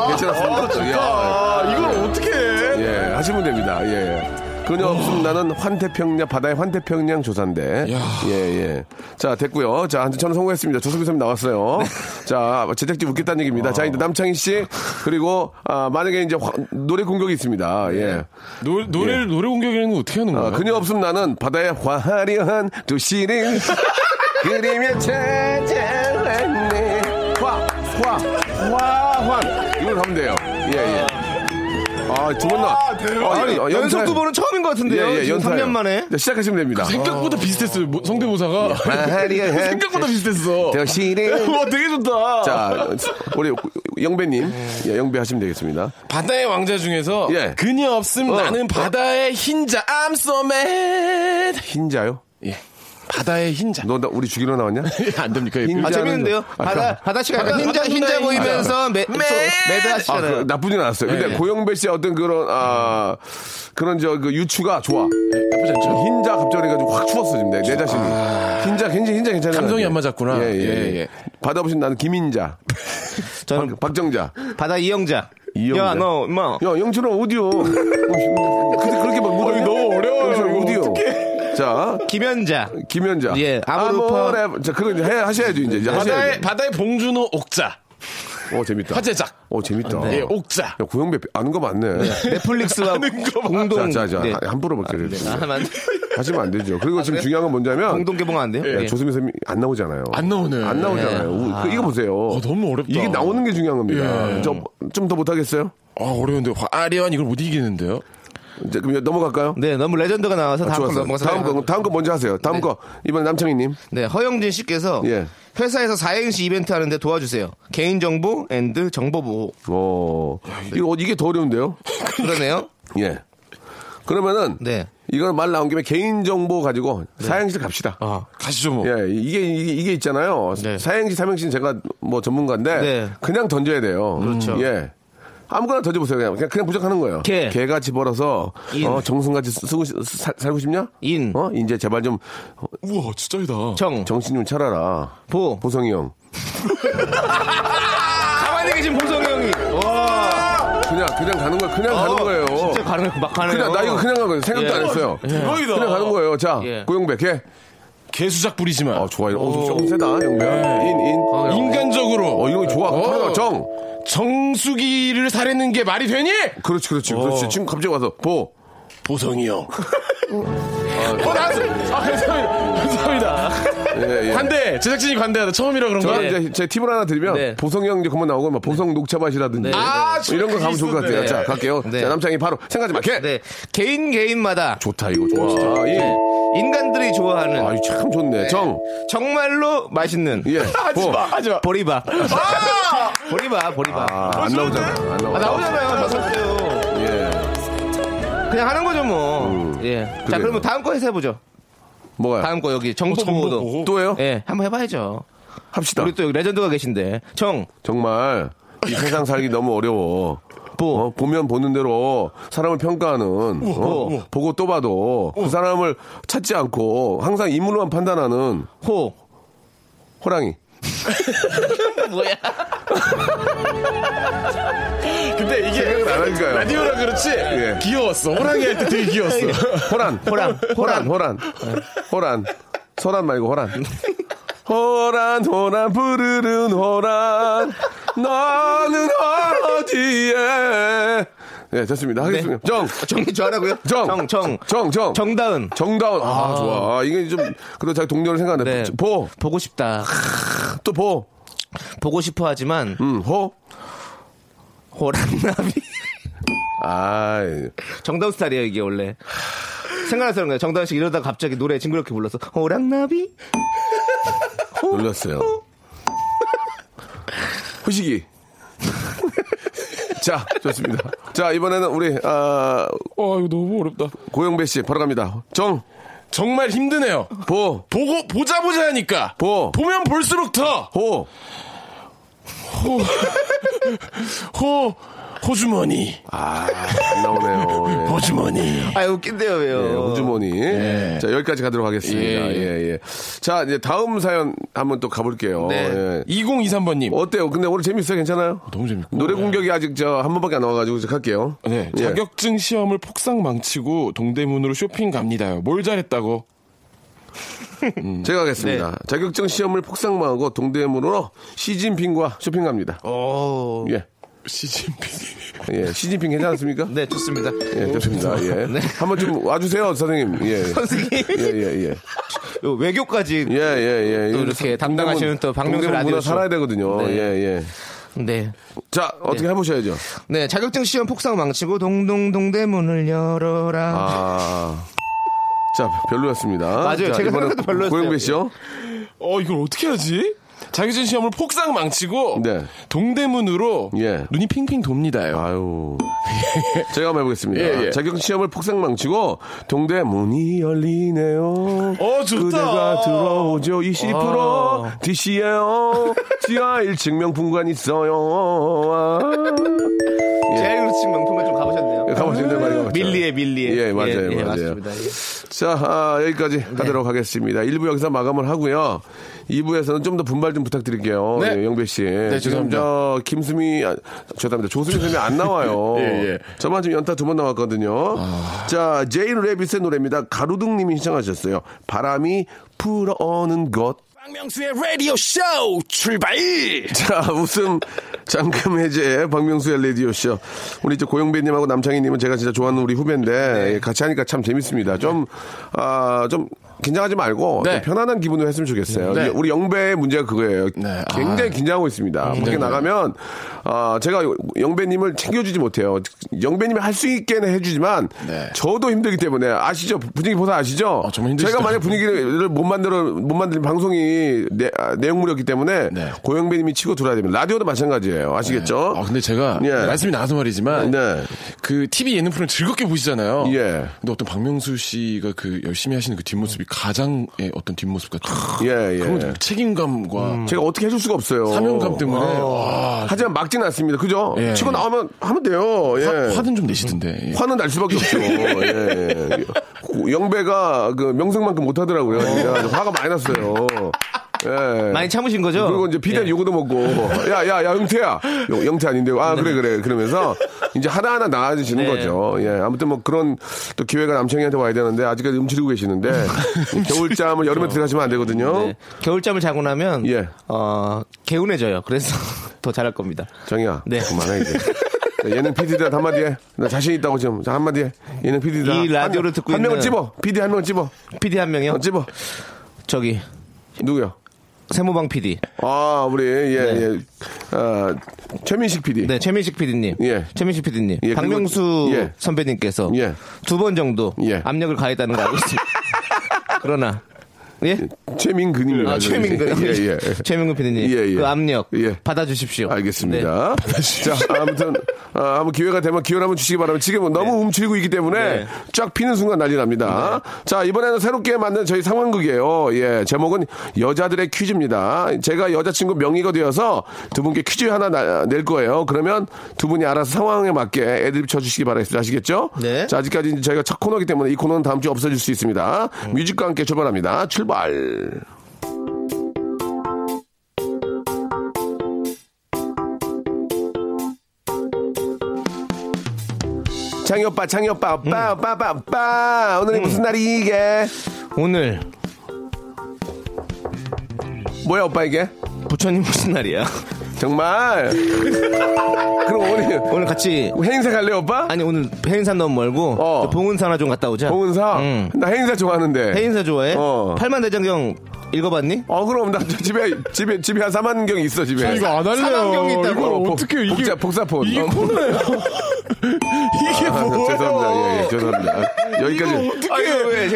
Speaker 3: 괜찮았습니다. 야,
Speaker 2: 어, 이걸 어떻게 해? 어.
Speaker 3: 예, 하시면 됩니다. 예. 그녀 없음 나는 환태평양 바다의 환태평양 조사인데.
Speaker 2: 야.
Speaker 3: 예, 예. 자, 됐고요. 자, 한주 저는 성공했습니다. 조석희 선배 나왔어요.
Speaker 2: 네.
Speaker 3: 자, 제작진 웃겠다는
Speaker 2: 아.
Speaker 3: 얘기입니다. 자, 이제 남창희 씨 그리고 아, 만약에 이제 화- 노래 공격이 있습니다.
Speaker 2: 네.
Speaker 3: 예.
Speaker 2: 노, 노래를 노래 공격이라는 건 어떻게 하는 거야?
Speaker 3: 아,
Speaker 5: 네.
Speaker 3: 그녀 없음 나는 바다의 화려한 도시를 그리며 찾아왔네. 화, 화, 화, 환. 이걸 하면 돼요. 예, 예. 아, 두 번 나. 아,
Speaker 5: 아니, 어,
Speaker 3: 연타-
Speaker 5: 연속 두 번은 처음인 것 같은데요.
Speaker 3: 예, 예,
Speaker 5: 지금
Speaker 3: 연타예요.
Speaker 5: 3년 만에. 아,
Speaker 3: 네, 시작하시면 됩니다.
Speaker 2: 생각보다 비슷했어요. 뭐, 성대모사가
Speaker 3: 예. 화려한
Speaker 2: 생각보다 비슷했어.
Speaker 3: 도시를.
Speaker 2: 와 되게 좋다.
Speaker 3: 자, 우리 영배님.
Speaker 5: 네.
Speaker 3: 예, 영배 하시면 되겠습니다.
Speaker 2: 바다의 왕자 중에서
Speaker 3: 예.
Speaker 2: 그녀 없음
Speaker 3: 어.
Speaker 2: 나는 바다의 흰자. I'm so mad.
Speaker 3: 흰자요?
Speaker 2: 예. 바다의 흰자.
Speaker 3: 너, 나, 우리 죽이러 나왔냐?
Speaker 2: 안 됩니까? 예.
Speaker 3: 흰자.
Speaker 5: 아, 재밌는데요.
Speaker 3: 아,
Speaker 5: 바다, 바다 씨가 약간 흰자, 흰자 보이면서 매, 매, 매드
Speaker 3: 아,
Speaker 2: 네.
Speaker 3: 그,
Speaker 5: 하시잖아요.
Speaker 3: 나쁘진 않았어요. 근데
Speaker 2: 예.
Speaker 3: 고영배 씨의 어떤 그런, 아, 그런 저, 그 유추가 좋아.
Speaker 2: 나쁘지 않죠? 아.
Speaker 3: 흰자 갑자기 가지고 확 추웠어, 지금 내, 내 자신이. 흰자, 흰자, 흰자 괜찮아요.
Speaker 2: 감정이 안 맞았구나.
Speaker 3: 예, 예.
Speaker 2: 예,
Speaker 3: 예.
Speaker 2: 예.
Speaker 3: 받아보신 나는 김인자,
Speaker 5: 저는
Speaker 3: 박, 정자
Speaker 5: 바다 그 이영자.
Speaker 3: 이영자.
Speaker 5: 야, 너, 뭐.
Speaker 3: 야, 영철아, 어디요? 근데 그렇게 막 묻어. 너무 어려워요. 영철아, 어디요? 자,
Speaker 5: 김현자.
Speaker 3: 김현자.
Speaker 5: 예, 아모르파.
Speaker 3: 아모레- 자, 그거 이제 해, 하셔야죠, 이제. 이제
Speaker 2: 바다의
Speaker 3: 하셔야죠.
Speaker 2: 바다의 봉준호 옥자.
Speaker 3: 어, 재밌다.
Speaker 2: 화제작.
Speaker 3: 어, 재밌다.
Speaker 2: 예,
Speaker 3: 야,
Speaker 2: 옥자.
Speaker 3: 고영배 아는 거 맞네.
Speaker 5: 넷플릭스와 공동.
Speaker 3: 자, 자, 자.
Speaker 5: 네.
Speaker 3: 한- 함부로 볼게요.
Speaker 5: 아, 맞-
Speaker 3: 하시면 안 되죠. 그리고 지금 중요한 건 뭐냐면
Speaker 5: 공동 개봉 안 돼요?
Speaker 3: 야,
Speaker 5: 예.
Speaker 3: 조수미 선생님 안 나오잖아요.
Speaker 2: 안 나오네. 아,
Speaker 3: 안 나오잖아요. 우- 그 이거 보세요.
Speaker 2: 너무 어렵다.
Speaker 3: 이게 나오는 게 중요한 겁니다.
Speaker 2: 예.
Speaker 3: 좀 더 못하겠어요?
Speaker 2: 아, 어려운데. 화려한 이걸 못 이기는데요?
Speaker 3: 이제 그럼 넘어갈까요? 아,
Speaker 5: 네, 너무 레전드가 나와서 다음 걸로
Speaker 3: 좋았어요.
Speaker 5: 넘어가서
Speaker 3: 다음 거, 다음 거 먼저 하세요. 다음 거 이번 남창희님.
Speaker 5: 네, 허영진 씨께서
Speaker 3: 예.
Speaker 5: 회사에서 4행시 이벤트 하는데 도와주세요. 개인정보 앤드 정보보호.
Speaker 3: 어, 이거 이게 더 어려운데요?
Speaker 5: 그러네요.
Speaker 3: 예. 그러면은
Speaker 5: 네.
Speaker 3: 이거는 말 나온 김에 개인 정보 가지고 사행시 갑시다.
Speaker 2: 아, 가시죠 뭐.
Speaker 3: 예, 이게, 이게, 이게 있잖아요.
Speaker 5: 네.
Speaker 3: 사행시, 삼행시는 제가 뭐 전문가인데,
Speaker 5: 네.
Speaker 3: 그냥 던져야 돼요.
Speaker 5: 그렇죠.
Speaker 3: 예. 아무거나 던져보세요. 그냥, 그냥, 그냥 부적하는 거예요.
Speaker 5: 개.
Speaker 3: 같이 벌어서,
Speaker 5: 인.
Speaker 3: 어, 정승같이 쓰고, 싶- 사- 살고 싶냐?
Speaker 5: 인.
Speaker 3: 어, 이제 제발 좀, 어,
Speaker 2: 우와, 진짜이다.
Speaker 5: 정,
Speaker 3: 정신 좀 차려라.
Speaker 5: 보.
Speaker 3: 보성이 형.
Speaker 5: 가만히 계신 보성이 형이.
Speaker 3: 그냥, 그냥 가는 거예요. 그냥 가는 거예요.
Speaker 5: 어, 진짜 가는 막 가네요.
Speaker 3: 그냥, 나 이거 그냥 간 거예요. 생각도
Speaker 5: 예.
Speaker 3: 안 했어요.
Speaker 2: 대박이다.
Speaker 3: 그냥 가는 거예요. 자,
Speaker 5: 예.
Speaker 3: 고영배, 개.
Speaker 2: 개수작 부리지만.
Speaker 3: 아, 좋아요. 어, 좀 조금 세다, 영배야.
Speaker 5: 예.
Speaker 3: 인, 인.
Speaker 5: 아,
Speaker 2: 인간적으로.
Speaker 3: 어, 이거 좋아. 하나, 정.
Speaker 2: 정수기를 사려는 게 말이 되니?
Speaker 3: 그렇지, 그렇지,
Speaker 5: 어.
Speaker 3: 그렇지. 지금 갑자기 와서, 보.
Speaker 2: 보성이 형. 어, 나, 아, 감사합니다. 감사합니다.
Speaker 3: 예, 예.
Speaker 2: 관대, 제작진이 관대하다. 처음이라 그런가?
Speaker 3: 저는 이제 제 팁을 하나 드리면
Speaker 5: 네.
Speaker 3: 보성형 이제 그만 나오고 막 보성 녹차밭이라든지
Speaker 5: 네.
Speaker 2: 아,
Speaker 3: 뭐 이런 거 가면 좋을 것 같아요.
Speaker 5: 네.
Speaker 3: 자 갈게요.
Speaker 5: 네.
Speaker 3: 자 남창이 바로 생각하지 마. 개.
Speaker 5: 네. 개인 개인마다
Speaker 3: 좋다 이거 좋아. 아, 예.
Speaker 5: 인간들이 좋아하는
Speaker 3: 아유 참 좋네. 정.
Speaker 5: 정말로 맛있는
Speaker 3: 예.
Speaker 2: 하지
Speaker 3: 보.
Speaker 2: 마, 하지 마.
Speaker 5: 보리밥. 보리밥, 보리밥.
Speaker 3: 아, 안 나오잖아. 안 나와.
Speaker 5: 아, 나오잖아요. 나오세요.
Speaker 3: 예.
Speaker 5: 그냥 하는 거죠, 뭐. 예. 자,
Speaker 3: 음. 그래요. 아. 어,
Speaker 5: 그러면 다음 거 해서 해보죠.
Speaker 3: 뭐가요?
Speaker 5: 다음 거 여기 정보
Speaker 2: 정보
Speaker 5: 보호도.
Speaker 2: 보호.
Speaker 3: 또요?
Speaker 5: 예, 한번 해봐야죠.
Speaker 3: 합시다.
Speaker 5: 우리 또 여기 레전드가 계신데. 정,
Speaker 3: 정말 이 세상 살기 너무 어려워.
Speaker 5: 보.
Speaker 3: 어, 보면 보는 대로 사람을 평가하는 어, 보고 또 봐도 그 사람을 찾지 않고 항상 인물로만 판단하는
Speaker 5: 호.
Speaker 3: 호랑이.
Speaker 5: 뭐야?
Speaker 2: 근데 이게
Speaker 3: 안 할까요? 예.
Speaker 2: 라디오라 그렇지? 귀여웠어. 호랑이 할 때 되게 귀여웠어.
Speaker 3: 호란.
Speaker 5: 호랑,
Speaker 3: 호란,
Speaker 5: 호랑.
Speaker 3: 호란. 호란. 소란 말고 호란. 호란, 호란, 부르른 호란. 너는 어디에. 예, 좋습니다. 하겠습니다. 정.
Speaker 5: 아, 정리 저하라고요?
Speaker 3: 정.
Speaker 5: 정, 정.
Speaker 3: 정, 정.
Speaker 5: 정다은.
Speaker 3: 정다운. 아, 좋아. 아, 이게 좀, 그래도 자기 동료를 생각하네.
Speaker 5: 네.
Speaker 3: 보.
Speaker 5: 보고 싶다.
Speaker 3: 또 보.
Speaker 5: 보고 싶어 하지만,
Speaker 3: 음, 호.
Speaker 5: 호랑나비.
Speaker 3: 아이.
Speaker 5: 정다운 스타일이에요, 이게 원래. 생각나서 그런 거예요. 정다운 씨 이러다가 갑자기 노래 징그럽게 불러서, 호랑나비?
Speaker 3: 놀랐어요. 후식이. 자, 좋습니다. 자, 이번에는 우리, 아,
Speaker 2: 와, 이거 너무 어렵다.
Speaker 3: 고영배 씨, 바로 갑니다. 정,
Speaker 2: 정말 힘드네요.
Speaker 3: 보,
Speaker 2: 보고 보자 보자 하니까
Speaker 3: 보.
Speaker 2: 보면 볼수록 더
Speaker 3: 호,
Speaker 2: 호, 호주머니,
Speaker 3: 아, 안 나오네요. 예.
Speaker 2: 호주머니.
Speaker 5: 아 웃긴데요 왜요?
Speaker 3: 예,
Speaker 5: 뭐-
Speaker 3: 호주머니. 자, 여기까지 가도록 하겠습니다.
Speaker 2: 예,
Speaker 3: 예,
Speaker 2: 예.
Speaker 3: 예. 자, 이제 다음 사연 한번 또 가볼게요.
Speaker 5: 네.
Speaker 3: 예.
Speaker 2: 2023번님.
Speaker 3: 어때요? 근데 오늘 재밌어요? 괜찮아요?
Speaker 2: 너무 재밌고.
Speaker 3: 노래 공격이 아직 저 한 번밖에 안 나와가지고 이제 갈게요.
Speaker 2: 네,
Speaker 3: 예.
Speaker 2: 자격증 시험을 폭삭 망치고 동대문으로 쇼핑 갑니다요. 뭘 잘했다고?
Speaker 3: 제가 하겠습니다.
Speaker 2: 네.
Speaker 3: 자격증 시험을 폭삭망하고 동대문으로 시진핑과 쇼핑 갑니다.
Speaker 2: 어.
Speaker 5: 오.
Speaker 3: 예.
Speaker 2: 시진핑.
Speaker 3: 예. 시진핑 괜찮습니까?
Speaker 5: 네 좋습니다.
Speaker 3: 예, 좋습니다. 예.
Speaker 5: 네.
Speaker 3: 한번 좀 와주세요, 선생님. 예.
Speaker 5: 선생님.
Speaker 3: 예, 예, 예.
Speaker 5: 요 외교까지
Speaker 3: 예, 예, 예.
Speaker 5: 또 이렇게 담당하시는 또 박명수
Speaker 3: 동대문 문화
Speaker 5: 라디오쇼.
Speaker 3: 살아야 되거든요.
Speaker 5: 네.
Speaker 3: 예, 예.
Speaker 5: 네.
Speaker 3: 자, 어떻게 해보셔야죠.
Speaker 5: 네, 자격증 시험 폭삭 망치고 동동동대문을 열어라.
Speaker 3: 아. 자, 별로였습니다.
Speaker 5: 맞아요.
Speaker 3: 자,
Speaker 5: 제가
Speaker 3: 이번엔
Speaker 5: 생각해도 별로였어요.
Speaker 3: 고영배 씨요?
Speaker 2: 어, 이걸 어떻게 하지? 자격증 시험을 폭삭 망치고
Speaker 3: 네.
Speaker 2: 동대문으로
Speaker 3: 예.
Speaker 2: 눈이 핑핑 돕니다요.
Speaker 3: 아유. 제가 한번 해보겠습니다.
Speaker 2: 예, 예.
Speaker 3: 자격 시험을 폭삭 망치고 동대 문이 열리네요.
Speaker 2: 어, 좋다.
Speaker 3: 그대가 들어오죠. 20%
Speaker 5: 아.
Speaker 3: DC예요. 지하 1층 명품관 있어요. 아.
Speaker 5: 예. 제일 그렇지 명품관 좀 가보셨네요.
Speaker 3: 가보시는데 말이죠.
Speaker 5: 밀리에 밀리에.
Speaker 3: 예, 맞아요,
Speaker 5: 예,
Speaker 3: 맞아요.
Speaker 5: 맞습니다. 예.
Speaker 3: 자, 아, 여기까지
Speaker 2: 네.
Speaker 3: 하도록 하겠습니다. 1부 여기서 마감을 하고요. 2부에서는 좀 더 분발 좀 부탁드릴게요.
Speaker 2: 네.
Speaker 3: 예, 영배 씨. 지금
Speaker 2: 죄송합니다.
Speaker 3: 저 김수미 아, 죄송합니다. 조수미 선생님이 안 나와요.
Speaker 2: 예, 아. 예.
Speaker 3: 저만 지금 연타 두 번 나왔거든요. 자, 제인 레빗의 노래입니다. 가루등 님이 신청하셨어요. 바람이 불어오는 것.
Speaker 1: 박명수의 라디오 쇼 출발.
Speaker 3: 자, 웃음 잠금 해제 박명수의 레디오쇼. 우리 이제 고영배님하고 남창희님은 제가 진짜 좋아하는 우리 후배인데
Speaker 2: 네.
Speaker 3: 예, 같이 하니까 참 재밌습니다. 좀, 아, 좀 긴장하지 말고
Speaker 2: 네.
Speaker 3: 좀 편안한 기분으로 했으면 좋겠어요.
Speaker 2: 네.
Speaker 3: 예, 우리 영배의 문제가 그거예요.
Speaker 2: 네.
Speaker 3: 굉장히 긴장하고 있습니다. 밖에 나가면 아, 제가 영배님을 챙겨주지 못해요. 영배님이 할 수 있게는 해주지만
Speaker 2: 네.
Speaker 3: 저도 힘들기 때문에 아시죠? 분위기 보다 아시죠?
Speaker 2: 아, 정말 힘드시다.
Speaker 3: 제가 만약 분위기를 못 만들어 못 만드는 방송이 내, 용물이었기 때문에
Speaker 2: 네.
Speaker 3: 고영배님이 치고 들어야 됩니다. 라디오도 마찬가지예요. 아시겠죠?
Speaker 2: 아, 근데 제가
Speaker 3: 예.
Speaker 2: 말씀이 나와서 말이지만
Speaker 3: 네.
Speaker 2: 그 TV 예능 프로그램 즐겁게 보시잖아요.
Speaker 3: 예.
Speaker 2: 근데 어떤 박명수 씨가 그 열심히 하시는 그 뒷모습이 가장의 예, 어떤 뒷모습 같은.
Speaker 3: 예, 예.
Speaker 2: 그런 것들, 책임감과
Speaker 3: 제가 어떻게 해줄 수가 없어요.
Speaker 2: 사명감 때문에
Speaker 3: 어. 하지만 막진 않습니다. 그죠?
Speaker 2: 예.
Speaker 3: 치고 나오면 하면 돼요. 예.
Speaker 2: 화, 화는 좀 내시던데. 예.
Speaker 3: 화는 날 수밖에 없죠. 예. 고- 영배가 그 명성만큼 못하더라고요. 그러니까 화가 많이 났어요. 예.
Speaker 5: 많이 참으신 거죠? 예.
Speaker 3: 그리고 이제 비단 요구도 먹고 야 야 야 영태야 영- 영태 아닌데요 아 그래 그래 그러면서 이제 하나하나 나아지시는
Speaker 5: 네.
Speaker 3: 거죠 예 아무튼 뭐 그런 또 기회가 남창이한테 와야 되는데 아직까지 움츠리고 계시는데 겨울잠을 여름에 들어가시면 안 되거든요
Speaker 5: 그렇죠. 네. 겨울잠을 자고 나면
Speaker 3: 예.
Speaker 5: 어, 개운해져요. 그래서 더 잘할 겁니다.
Speaker 3: 정이야
Speaker 5: 네.
Speaker 3: 그만해 이제 자, 예능 PD들 한마디 해나 자신 있다고 지금 자, 한마디 해 예능 PD들
Speaker 5: 이 라디오를 듣고
Speaker 3: 한 명을
Speaker 5: 있는-
Speaker 3: 집어 PD 한 명을 집어
Speaker 5: PD 한 명이요.
Speaker 3: 어, 집어
Speaker 5: 저기
Speaker 3: 누구요
Speaker 5: 세모방 PD.
Speaker 3: 아 우리 예예
Speaker 5: 네.
Speaker 3: 아, 최민식 PD
Speaker 5: 네, 최민식 PD님.
Speaker 3: 예.
Speaker 5: 최민식 PD님.
Speaker 3: 예,
Speaker 5: 박명수
Speaker 3: 그리고- 예.
Speaker 5: 선배님께서
Speaker 3: 예.
Speaker 5: 두 번 정도
Speaker 3: 예.
Speaker 5: 압력을 가했다는 거 알고 있습니다. 그러나 예?
Speaker 3: 최민근입니다
Speaker 5: 아, 최민근.
Speaker 3: 예예
Speaker 5: 최민근 PD님.
Speaker 3: 예, 예.
Speaker 5: 그 압력
Speaker 3: 예.
Speaker 5: 받아 주십시오. 네.
Speaker 3: 알겠습니다. 자, 아무튼, 아, 한번 기회가 되면 기회를 한번 주시기 바랍니다. 지금 너무 움츠리고 있기 때문에
Speaker 5: 네.
Speaker 3: 쫙 피는 순간 난리 납니다. 자, 이번에는 새롭게 만든 저희 상황극이에요. 예, 제목은 여자들의 퀴즈입니다. 제가 여자친구 명의가 되어서 두 분께 퀴즈 하나 나- 낼 거예요. 그러면 두 분이 알아서 상황에 맞게 애드립 쳐주시기 바라겠습니다. 아시겠죠?
Speaker 5: 네.
Speaker 3: 자, 아직까지 이제 저희가 첫 코너이기 때문에 이 코너는 다음 주에 없어질 수 있습니다. 뮤직과 함께 출발합니다. 출발. 창희 오빠, 창희 오빠, 오빠, 오빠, 오빠, 오빠. 오늘이 무슨 날이 이게?
Speaker 5: 오늘
Speaker 3: 뭐야, 오빠 이게?
Speaker 5: 부처님 무슨 날이야?
Speaker 3: 정말? 그럼 오늘
Speaker 5: 오늘 같이
Speaker 3: 행사 갈래, 오빠?
Speaker 5: 아니 오늘 해인산 너무 멀고
Speaker 3: 어.
Speaker 5: 저 봉은사나 좀 갔다 오자.
Speaker 3: 봉은사?
Speaker 5: 음.
Speaker 3: 나 행사 좋아하는데.
Speaker 5: 해인사 좋아해?
Speaker 3: 어.
Speaker 5: 팔만 대장경 읽어봤니?
Speaker 3: 어, 그럼 나 저 집에, 집에, 집에 한 4만 경 있어, 집에.
Speaker 2: 아, 이거 안 할래요.
Speaker 5: 사망경이 있다고.
Speaker 2: 이걸
Speaker 3: 복-
Speaker 2: 어떻게 이게
Speaker 3: 복자, 복사폰.
Speaker 2: 이게
Speaker 3: 어,
Speaker 2: 코너예요. 이게
Speaker 3: 아,
Speaker 2: 뭐예요?
Speaker 3: 죄송합니다. 예, 예, 죄송합니다. 여기까지.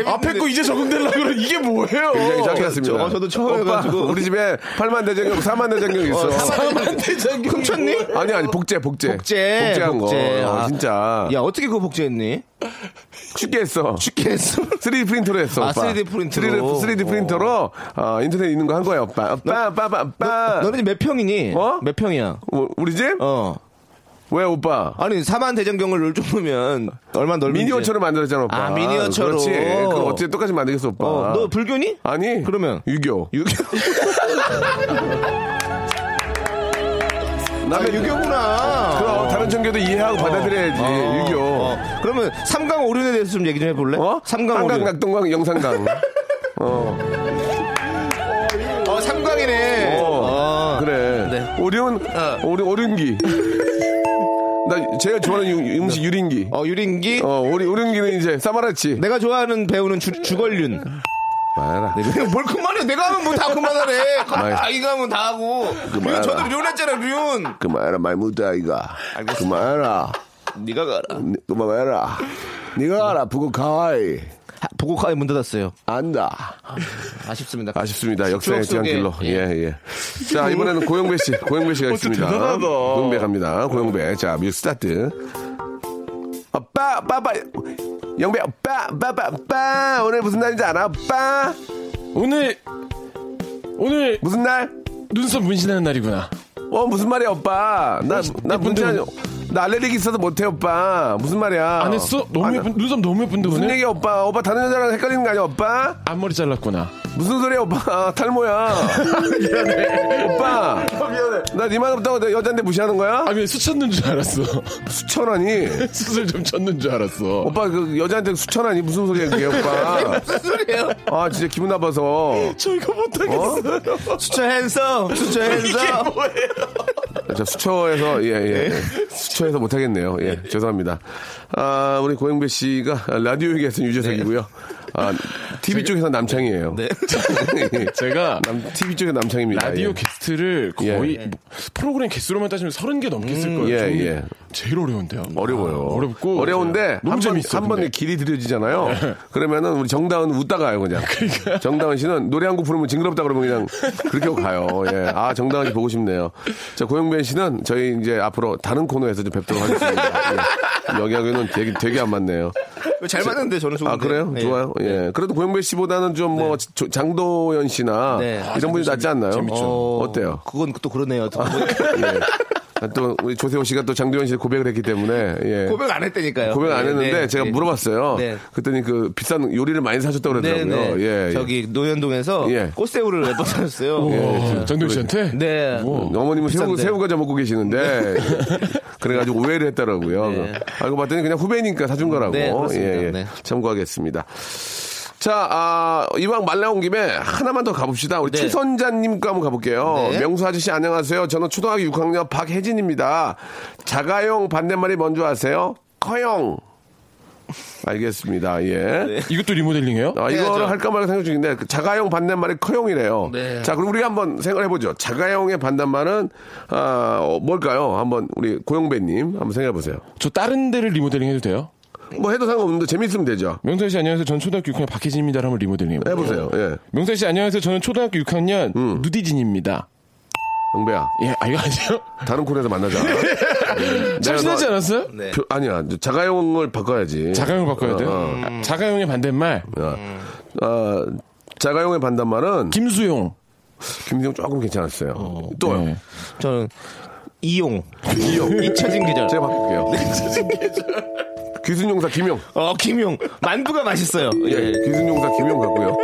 Speaker 2: 어떻게 앞에 거 이제 적응되려고 그래. 이게 뭐예요?
Speaker 3: 굉장히 짧게 했습니다.
Speaker 5: 저- 저- 저도 처음
Speaker 3: 오빠,
Speaker 5: 해가지고.
Speaker 3: 우리 집에 8만 대장경, 4만 대장경 있어.
Speaker 5: 사만대장경 훔쳤니?
Speaker 3: 아니, 아니, 복제, 복제.
Speaker 5: 복제,
Speaker 3: 복제한
Speaker 5: 복제.
Speaker 3: 거. 어,
Speaker 5: 아.
Speaker 3: 진짜.
Speaker 5: 야 어떻게 그거 복제했니?
Speaker 3: 쉽게 했어.
Speaker 5: 쉽게 했어.
Speaker 3: 3D 프린터로 했어.
Speaker 5: 아,
Speaker 3: 오빠.
Speaker 5: 3D 프린터로.
Speaker 3: 3D, 3D 프린터로 어, 인터넷에 있는 거 한 거야, 오빠. 오빠, 오빠, 오빠.
Speaker 5: 너네 집 몇 평이니?
Speaker 3: 어?
Speaker 5: 몇 평이야?
Speaker 3: 우- 우리 집?
Speaker 5: 어.
Speaker 3: 왜 오빠?
Speaker 5: 아니 사만 대장경을 놀 정도면 얼마 나 넓은지.
Speaker 3: 미니어처로 만들었잖아 오빠.
Speaker 5: 아, 미니어처로.
Speaker 3: 그렇지. 그럼 어떻게 똑같이 만들겠어 오빠?
Speaker 5: 어, 너 불교니?
Speaker 3: 아니.
Speaker 5: 그러면
Speaker 3: 유교. 유교.
Speaker 5: 아,
Speaker 3: 남의
Speaker 5: 유교구나.
Speaker 3: 그럼 다른 종교도 이해하고 받아들여야지
Speaker 5: 어,
Speaker 3: 유교.
Speaker 5: 어.
Speaker 3: 어?
Speaker 5: 그러면 삼강 오륜에 대해서 좀 얘기 좀 해볼래? 어? 삼강
Speaker 3: 한강,
Speaker 5: 오륜.
Speaker 3: 낙동강, 영산강.
Speaker 5: 어, 삼강이네.
Speaker 3: 어,
Speaker 5: 어.
Speaker 3: 그래.
Speaker 5: 네.
Speaker 3: 오륜,
Speaker 2: 어.
Speaker 3: 오륜, 오륜기. 나 제일 좋아하는 유- 음식
Speaker 2: 네.
Speaker 3: 유린기.
Speaker 5: 어, 유린기.
Speaker 3: 어, 오리, 오륜기는 이제 사마라치.
Speaker 5: 내가 좋아하는 배우는 주, 주걸륜. 네,
Speaker 3: 말아라.
Speaker 5: 뭘 그만해? 내가 하면 뭐 다 그만하래.
Speaker 3: 그만.
Speaker 5: 자기가 하면 다 하고. 륜 저도 륜했잖아, 륜.
Speaker 3: 그만해라, 말무다, 이가. 그만해라.
Speaker 5: 네가 가라.
Speaker 3: 그만해라. 네가 알아, 부고 가와이.
Speaker 5: 부곡하에 문 닫았어요.
Speaker 3: 안다.
Speaker 5: 아쉽습니다.
Speaker 3: 아쉽습니다. 역사의
Speaker 5: 추억
Speaker 3: 뒤안
Speaker 5: 속에.
Speaker 3: 길로. 예, 예. 자, 이번에는 고영배 씨. 고영배 씨가 있습니다.
Speaker 2: 대단하다.
Speaker 3: 고영배 갑니다. 고영배. 자, 뮤직 스타트. 아빠, 빠빠. 영배, 아빠, 빠빠, 빠. 오늘 무슨 날인지 알아? 아빠.
Speaker 2: 오늘 오늘
Speaker 3: 무슨 날?
Speaker 2: 눈썹 문신하는 날이구나.
Speaker 3: 어, 무슨 말이야, 오빠. 나, 나 문제 아니, 나 알레르기 있어서 못해, 오빠. 무슨 말이야.
Speaker 2: 안 했어? 너무
Speaker 3: 안-
Speaker 2: 예쁜 눈썹 너무 예쁜데
Speaker 3: 아, 무슨
Speaker 2: 오늘
Speaker 3: 얘기야, 오빠. 오빠 다른 여자랑 헷갈리는 거 아니야, 오빠?
Speaker 2: 앞머리 잘랐구나.
Speaker 3: 무슨 소리야 오빠 아, 탈모야 미안해 오빠 미안해 나네 말 없다고 내 여잔데 무시하는 거야?
Speaker 2: 아니 수쳤는 줄 알았어.
Speaker 3: 수천 원이
Speaker 2: 수술 좀 쳤는 줄 알았어.
Speaker 3: 오빠 그 여자한테 수천 원이 무슨 소리야 그게 오빠
Speaker 5: 무슨 소리예요?
Speaker 3: 아 진짜 기분 나빠서
Speaker 2: 저 이거 못하겠어요.
Speaker 5: 수처 핸섬, 수처 핸섬.
Speaker 3: 저 수처에서 예예 수처에서 못하겠네요 예 죄송합니다 아 우리 고영배 씨가 라디오에게서는 유재석이고요 아 TV 쪽에서 남창이에요 네
Speaker 2: 제가
Speaker 3: TV 쪽에 남창입니다
Speaker 2: 라디오
Speaker 3: 예.
Speaker 2: 게스트를 거의
Speaker 3: 예.
Speaker 2: 뭐 프로그램 개수로만 따지면 30개 넘겠을 거예요.
Speaker 3: 예,
Speaker 2: 저는
Speaker 3: 예.
Speaker 2: 제일 어려운데요.
Speaker 3: 어려워요.
Speaker 2: 아, 어렵고
Speaker 3: 어려운데
Speaker 2: 너무
Speaker 3: 한번
Speaker 2: 재밌어.
Speaker 3: 한번
Speaker 2: 근데. 네.
Speaker 3: 길이 들여지잖아요. 그러면은 우리 정다은 웃다가요 그냥.
Speaker 2: 그러니까.
Speaker 3: 정다은 씨는 노래 한 곡 부르면 징그럽다 그러면 그냥 그렇게 하고 가요. 예. 아 정다은 씨 보고 싶네요. 자 고영배 씨는 저희 이제 앞으로 다른 코너에서 좀 뵙도록 하겠습니다. 예. 여기하고는 되게 되게 안 맞네요.
Speaker 5: 잘 맞는데 저는 좋은데. 네.
Speaker 3: 아 그래요? 좋아요. 예. 그래도 고영배 씨보다는 좀 뭐 장도연 씨나
Speaker 5: 네.
Speaker 3: 이런 분이 낫지 않나요?
Speaker 2: 재밌죠.
Speaker 3: 어, 때요 아,
Speaker 5: 그건 또 그러네요. 또
Speaker 3: 또 우리 조세호 씨가 또 장도연 씨 고백을 했기 때문에 예.
Speaker 5: 고백 안 했다니까요.
Speaker 3: 고백 안
Speaker 5: 네,
Speaker 3: 했는데
Speaker 5: 네,
Speaker 3: 제가
Speaker 5: 네.
Speaker 3: 물어봤어요.
Speaker 5: 네.
Speaker 3: 그랬더니 그 비싼 요리를 많이 사셨다고
Speaker 5: 네,
Speaker 3: 그러더라고요.
Speaker 5: 네.
Speaker 3: 예, 예.
Speaker 5: 저기 노현동에서
Speaker 3: 예.
Speaker 5: 꽃새우를 몇번 사셨어요. 예.
Speaker 3: 그
Speaker 2: 어, 장동 씨한테
Speaker 5: 네.
Speaker 2: 우와.
Speaker 3: 어머님은 새우,
Speaker 5: 비싼데.
Speaker 3: 새우 과자 먹고 계시는데 그래가지고 오해를 했더라고요.
Speaker 5: 네.
Speaker 3: 알고 봤더니 그냥 후배니까 사준 거라고.
Speaker 5: 네, 그렇습니다.
Speaker 3: 예, 예.
Speaker 5: 네.
Speaker 3: 참고하겠습니다. 자, 아, 이왕 말 나온 김에 하나만 더 가봅시다. 우리
Speaker 5: 네.
Speaker 3: 추선자님 거 한번 가볼게요.
Speaker 5: 네.
Speaker 3: 명수 아저씨 안녕하세요. 저는 초등학교 6학년 박혜진입니다. 자가용 반대말이 뭔지 아세요? 커용. 알겠습니다. 예.
Speaker 5: 네.
Speaker 2: 이것도 리모델링해요?
Speaker 3: 아,
Speaker 5: 해야죠.
Speaker 3: 이거를 할까 말까 생각 중인데 그 자가용 반대말이 커용이래요.
Speaker 5: 네.
Speaker 3: 자, 그럼 우리가 한번 생각해 보죠. 자가용의 반대말은 아, 어, 뭘까요? 한번 우리 고용배님 한번 생각해 보세요.
Speaker 2: 저 다른 데를 리모델링 해도 돼요?
Speaker 3: 뭐 해도 상관없는데 재밌으면 되죠.
Speaker 2: 명수 씨 안녕하세요. 저는 초등학교 6학년 박혜진입니다. 한번 리모델링 해요.
Speaker 3: 해보세요.
Speaker 5: 네.
Speaker 3: 예,
Speaker 2: 명수 씨 안녕하세요. 저는 초등학교 6학년 누디진입니다.
Speaker 3: 영배야,
Speaker 2: 예, 아 이거 아니에요?
Speaker 3: 다른 코너에서 만나자. 음, 내가
Speaker 2: 잘 친하지
Speaker 3: 너-
Speaker 2: 않았어요?
Speaker 5: 네.
Speaker 3: 표- 아니야, 자가용을 바꿔야지.
Speaker 2: 자가용을 바꿔야 돼요. 아, 자가용의 반대말
Speaker 3: 어, 아, 자가용의 반대말은
Speaker 2: 김수용.
Speaker 3: 김승용 조금 괜찮았어요. 또요.
Speaker 2: 네.
Speaker 5: 저는 이용. 이용. 잊혀진 계절.
Speaker 3: 제가 바꿀게요.
Speaker 5: 네,
Speaker 3: 기순용사 김용.
Speaker 5: 어, 김용. 만두가 맛있어요.
Speaker 3: 예, 기순용사 김용 같고요.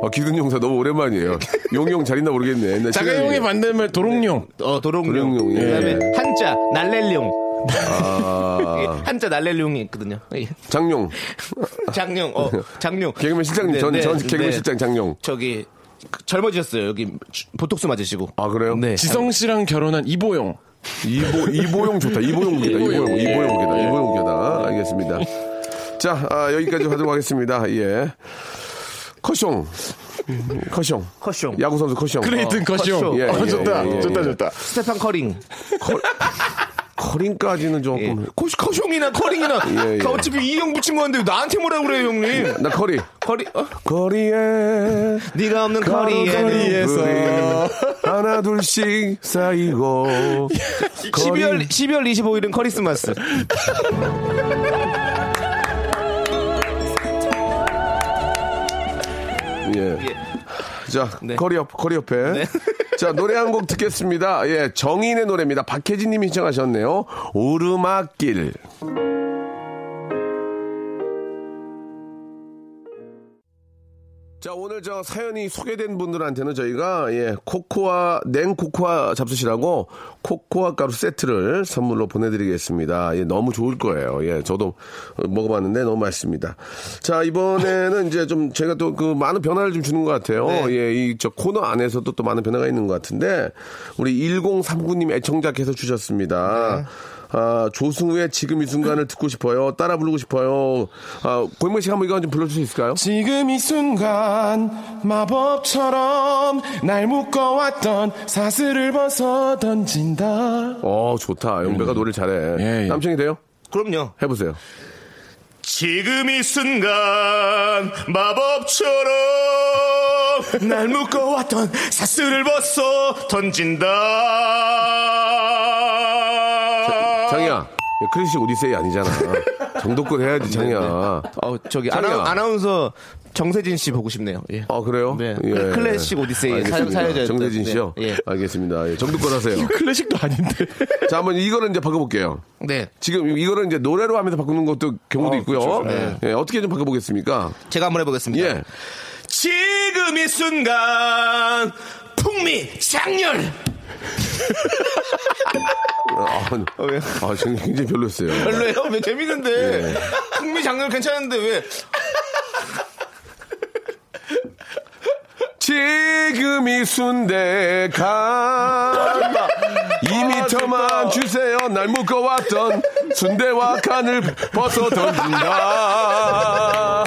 Speaker 3: 어, 기순용사 너무 오랜만이에요. 용용 잘 있나 모르겠네. 옛날
Speaker 2: 자가용의
Speaker 3: 시간이.
Speaker 2: 반대말 도롱뇽.
Speaker 5: 어, 도롱뇽.
Speaker 3: 도롱뇽, 예.
Speaker 5: 그다음에 한자 날렐룡.
Speaker 3: 아,
Speaker 5: 한자 날렐룡이 있거든요. 예.
Speaker 3: 장용.
Speaker 5: 장룡. 어, 장룡.
Speaker 3: 개그맨 실장님. 전,
Speaker 5: 네,
Speaker 3: 전
Speaker 5: 네.
Speaker 3: 개그맨 실장 장용.
Speaker 5: 저기 그, 젊어지셨어요. 여기 주- 보톡스 맞으시고.
Speaker 3: 아, 그래요?
Speaker 5: 네.
Speaker 2: 지성 씨랑 결혼한 이보용.
Speaker 3: 이보, 이보용 좋다. 이보용 웃기다. 이보용, 이보용
Speaker 2: 예.
Speaker 3: 웃기다. 이보용 웃기다. 알겠습니다. 자, 아, 여기까지 하도록 하겠습니다. 예. 커숑. 커숑.
Speaker 5: 커쇼.
Speaker 3: 야구선수 커숑.
Speaker 2: 크레이튼 커쇼.
Speaker 3: 예,
Speaker 2: 어,
Speaker 3: 예,
Speaker 2: 좋다,
Speaker 3: 예, 예,
Speaker 2: 좋다,
Speaker 3: 예.
Speaker 2: 좋다.
Speaker 5: 스테판 커링.
Speaker 3: 커링까지는 조금.
Speaker 5: 어, 코시 커쇼이나 커링이나.
Speaker 3: 예, 예.
Speaker 5: 다 어차피 이형 붙인 건데 나한테 뭐라 그래요, 형님?
Speaker 3: 나 커리.
Speaker 5: 커리. 어?
Speaker 3: 거리에.
Speaker 5: 네가 예. 없는 커리에.
Speaker 2: 거리에서.
Speaker 3: 하나 둘씩 쌓이고
Speaker 5: 12월 12월 25일은 크리스마스.
Speaker 3: 예. 자
Speaker 5: 네.
Speaker 3: 예. 커리업 커리업에
Speaker 5: 예. 네.
Speaker 3: 자, 노래 한 곡 듣겠습니다. 예, 정인의 노래입니다. 박혜진 님이 신청하셨네요. 오르막길. 자, 오늘 저 사연이 소개된 분들한테는 저희가, 예, 코코아, 냉코코아 잡수시라고 코코아 가루 세트를 선물로 보내드리겠습니다. 예, 너무 좋을 거예요. 예, 저도 어, 먹어봤는데 너무 맛있습니다. 자, 이번에는 이제 좀 제가 또 그 많은 변화를 좀 주는 것 같아요. 예, 이 저 코너 안에서도 또 많은 변화가 있는 것 같은데, 우리 1039님 애청자께서 주셨습니다. 아, 조승우의 지금 이 순간을 듣고 싶어요. 따라 부르고 싶어요. 아, 고인모 씨 한번 이거 좀 불러줄 수 있을까요?
Speaker 2: 지금 이 순간 마법처럼 날 묶어왔던 사슬을 벗어 던진다.
Speaker 3: 어 좋다
Speaker 5: 음.
Speaker 3: 영배가 노래를 잘해
Speaker 2: 예, 예.
Speaker 3: 남친이 돼요?
Speaker 5: 그럼요.
Speaker 3: 해보세요
Speaker 2: 지금 이 순간 마법처럼 날 묶어왔던 사슬을 벗어
Speaker 5: 아.
Speaker 2: 던진다.
Speaker 3: 장이야 야, 크리스 오디세이 아니잖아 정도껏
Speaker 5: 네,
Speaker 3: 해야지 장이야
Speaker 5: 어, 저기
Speaker 3: 저기요.
Speaker 5: 아나, 아나운서 정세진 씨 보고 싶네요. 예.
Speaker 3: 아 그래요?
Speaker 5: 네. 클래식 오디세이
Speaker 3: 알겠습니다.
Speaker 5: 사- 사연자였던-
Speaker 3: 정대진 씨요?
Speaker 5: 네. 예.
Speaker 3: 알겠습니다 예, 정도껏 하세요
Speaker 2: 클래식도 아닌데.
Speaker 3: 자 한번 이거는 이제 바꿔볼게요
Speaker 5: 네.
Speaker 3: 지금 이거는 이제 노래로 하면서 바꾸는 것도 경우도
Speaker 5: 아,
Speaker 3: 있고요
Speaker 5: 그렇죠. 네.
Speaker 3: 예, 어떻게 좀 바꿔보겠습니까?
Speaker 5: 제가 한번 해보겠습니다.
Speaker 3: 예
Speaker 2: 지금 이 순간 풍미 장렬.
Speaker 3: 아, 아, 지금 굉장히 별로였어요
Speaker 5: 별로예요? 왜 재밌는데? 흥미 장르 괜찮은데 왜?
Speaker 3: 지금 이 순대 간다
Speaker 5: 아,
Speaker 3: 2미터만 주세요 날 묶어왔던 순대와 칸을 벗어 던진다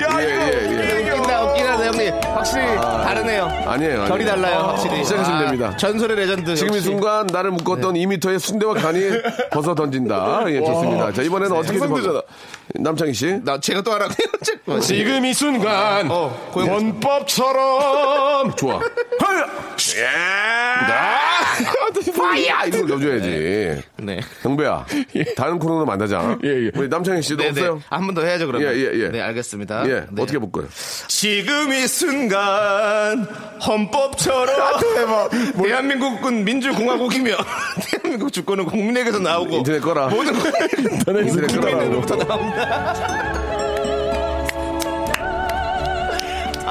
Speaker 3: 예예예
Speaker 5: 웃긴다, 웃긴다, 형님. 확실히 다르네요.
Speaker 3: 아. 아니에요
Speaker 5: 결이
Speaker 3: 아니에요.
Speaker 5: 달라요, 확실히.
Speaker 3: 시작하시면
Speaker 5: 아,
Speaker 3: 됩니다.
Speaker 5: 전설의 레전드.
Speaker 3: 지금 이
Speaker 5: 역시. 네.
Speaker 3: 순간 나를 묶었던 2미터의 순대와 간이 벗어 던진다 예 좋습니다 자 이번에는 어떻게 좀
Speaker 5: 상상되잖아.
Speaker 3: 남창희 씨
Speaker 5: 나 제가 또 하라고 해요.
Speaker 2: 지금 이 순간
Speaker 5: 어, 고용-
Speaker 2: 원법처럼
Speaker 3: 좋아 예. 파이야 이걸 넣어줘야지
Speaker 5: 네.
Speaker 3: 영배야 다른 코너로 만나자
Speaker 2: 예, 예.
Speaker 3: 우리 남창희 씨도
Speaker 5: 네, 네.
Speaker 3: 없어요?
Speaker 5: 한 번 더 해야죠, 그러면.
Speaker 3: 예, 예, 예.
Speaker 5: 네, 알겠습니다.
Speaker 3: 예,
Speaker 5: 네.
Speaker 3: 어떻게 볼 거예요?
Speaker 5: 지금 이 순간
Speaker 3: 아,
Speaker 5: 헌법처럼 대한민국은 민주공화국이며 대한민국 주권은 국민에게서 나오고
Speaker 3: 인터넷 꺼라.
Speaker 5: 모든
Speaker 3: 인터넷
Speaker 5: 뭐, 국민은
Speaker 3: 꺼라라고.
Speaker 5: 국민으로부터 나온다.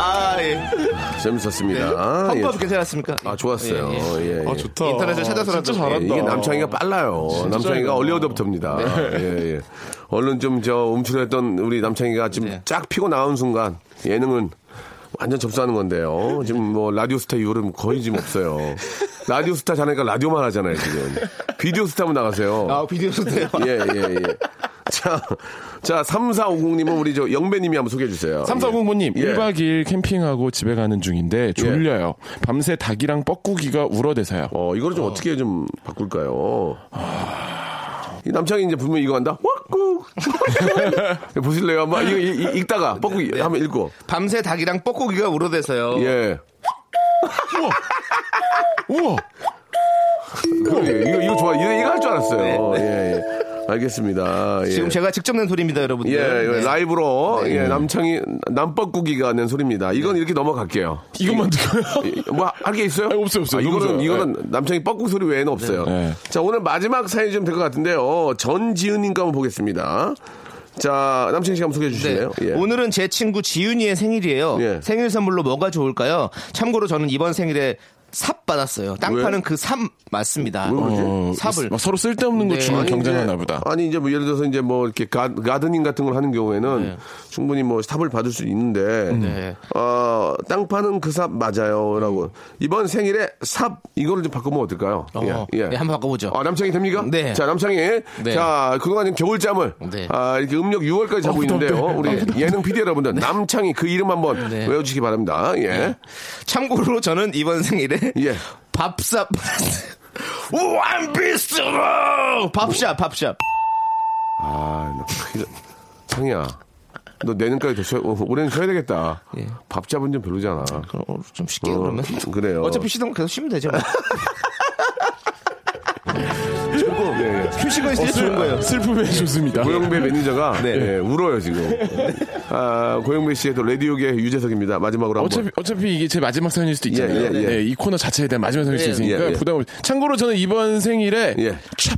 Speaker 5: 아 예.
Speaker 3: 재밌었습니다. 아, 예.
Speaker 5: 헌법 괜찮았습니까?
Speaker 3: 아 좋았어요.
Speaker 5: 네. 예,
Speaker 3: 예, 예.
Speaker 2: 아 좋다.
Speaker 5: 인터넷을 찾아서라도.
Speaker 3: 예,
Speaker 2: 진짜 잘한다.
Speaker 3: 이게 남창이가 빨라요. 남창이가
Speaker 2: 잘해요.
Speaker 3: 얼리어답터입니다.
Speaker 5: 네.
Speaker 3: 예, 예. 얼른 좀 저 움츠렸던 우리 남창이가 지금
Speaker 5: 네.
Speaker 3: 쫙 피고 나온 순간 예능은 완전 접수하는 건데요. 지금 뭐 라디오 스타 이후로는 거의 지금 없어요. 라디오 스타 자네가 라디오만 하잖아요 지금. 비디오 스타 한번 나가세요.
Speaker 5: 아 비디오 소대요.
Speaker 3: 예, 예, 예. 자, 자, 3450님은 우리 저 영배님이 한번 소개해 주세요.
Speaker 2: 삼사공모님
Speaker 3: 예.
Speaker 2: 1박 2일 캠핑하고 집에 가는
Speaker 5: 예.
Speaker 2: 중인데 졸려요. 밤새 닭이랑 뻐꾸기가 울어대서요.
Speaker 3: 어, 이거를 좀 어. 떻게좀 바꿀까요? 이 남창이 이제 분명히 이거 한다? 왁구! 보실래요? 한번 이거 이- 이- 읽다가 뻐꾸
Speaker 2: 네,
Speaker 3: 한번 읽고.
Speaker 2: 어.
Speaker 5: 밤새 닭이랑 뻐꾸기가 우러대서요.
Speaker 3: 예.
Speaker 2: 우와
Speaker 3: 그래, 이거, 이거 좋아. 이거, 이거 할 줄 알았어요.
Speaker 2: 네,
Speaker 3: 예, 예. 알겠습니다. 예.
Speaker 5: 지금 제가 직접 낸 소리입니다, 여러분들.
Speaker 3: 예, 예,
Speaker 5: 네.
Speaker 3: 라이브로 예, 남창이 남뻐꾸기가 낸 소리입니다. 이건 이렇게 넘어갈게요.
Speaker 2: 네. 이것만 듣고요.
Speaker 3: 뭐 할 게 있어요?
Speaker 2: 아니, 없어요, 없어요.
Speaker 3: 아, 이거는
Speaker 2: 없어요.
Speaker 3: 이거는 남창이 뻐꾸 소리 외에는 없어요.
Speaker 2: 네.
Speaker 3: 자 오늘 마지막 사연이 좀 될 것 같은데요. 전지은님과 한번 보겠습니다. 자 남창 씨가 한번 소개해 주실래요?
Speaker 5: 네.
Speaker 3: 예.
Speaker 5: 오늘은 제 친구 지윤이의 생일이에요.
Speaker 3: 예.
Speaker 5: 생일 선물로 뭐가 좋을까요? 참고로 저는 이번 생일에 삽 받았어요. 땅
Speaker 3: 왜?
Speaker 5: 파는 그 삽
Speaker 3: 왜
Speaker 5: 맞습니다.
Speaker 3: 그러지? 뭐
Speaker 2: 어,
Speaker 5: 예? 삽을.
Speaker 2: 막 서로 쓸데없는 거
Speaker 5: 네.
Speaker 2: 주면
Speaker 5: 아니,
Speaker 2: 경쟁하나
Speaker 3: 네.
Speaker 2: 보다.
Speaker 3: 아니 이제 뭐 예를 들어서 이제 뭐 이렇게 가, 가드닝 같은 걸 하는 경우에는 충분히 뭐 삽을 받을 수 있는데
Speaker 5: 네.
Speaker 3: 어, 땅 파는 그 삽 맞아요라고 이번 생일에 삽 이거를 좀 바꾸면 어떨까요?
Speaker 5: 어, 네, 한번 바꿔보죠.
Speaker 3: 아, 남창이 됩니까?
Speaker 5: 네.
Speaker 3: 자 남창이
Speaker 5: 네.
Speaker 3: 자 그동안 지금 겨울잠을
Speaker 5: 네. 어,
Speaker 3: 아, 이렇게 음력 6월까지 자고 있는데요. 우리 예능 PD 여러분들 남창이 그 이름 한번
Speaker 5: 네.
Speaker 3: 외워주시기 바랍니다. 예.
Speaker 5: 참고로 저는 이번 생일에
Speaker 3: 예.
Speaker 5: 밥삽 원피스로 밥샵 밥샵
Speaker 3: 아, 나 큰일 나- 창이야. 너 내년까지 더 쉬어, 어, 올해는 쉬어야 되겠다.
Speaker 5: 예.
Speaker 3: 밥 잡은 좀 별로잖아.
Speaker 5: 그럼 좀 쉽게
Speaker 3: 어,
Speaker 5: 그러면
Speaker 3: 그래요.
Speaker 5: 어차피 쉬던 거 계속 쉬면 되죠.
Speaker 3: 예, 예.
Speaker 5: 숨 쉬고 있을 때 좋은 거예요.
Speaker 2: 어, 슬픔에 좋습니다.
Speaker 3: 고영배 매니저가
Speaker 5: 네.
Speaker 3: 예, 울어요 지금. 아, 고영배 씨의 또 라디오계 유재석입니다. 마지막으로 한번.
Speaker 2: 어차피 어차피 이게 제 마지막 사연일 수도 있잖아요.
Speaker 3: 예, 예, 예.
Speaker 2: 네, 이 코너 자체에 대한 마지막 사연일 수
Speaker 5: 예,
Speaker 2: 있으니까
Speaker 3: 예, 예.
Speaker 2: 부담 없이. 참고로 저는 이번 생일에
Speaker 3: 예.
Speaker 2: 찹.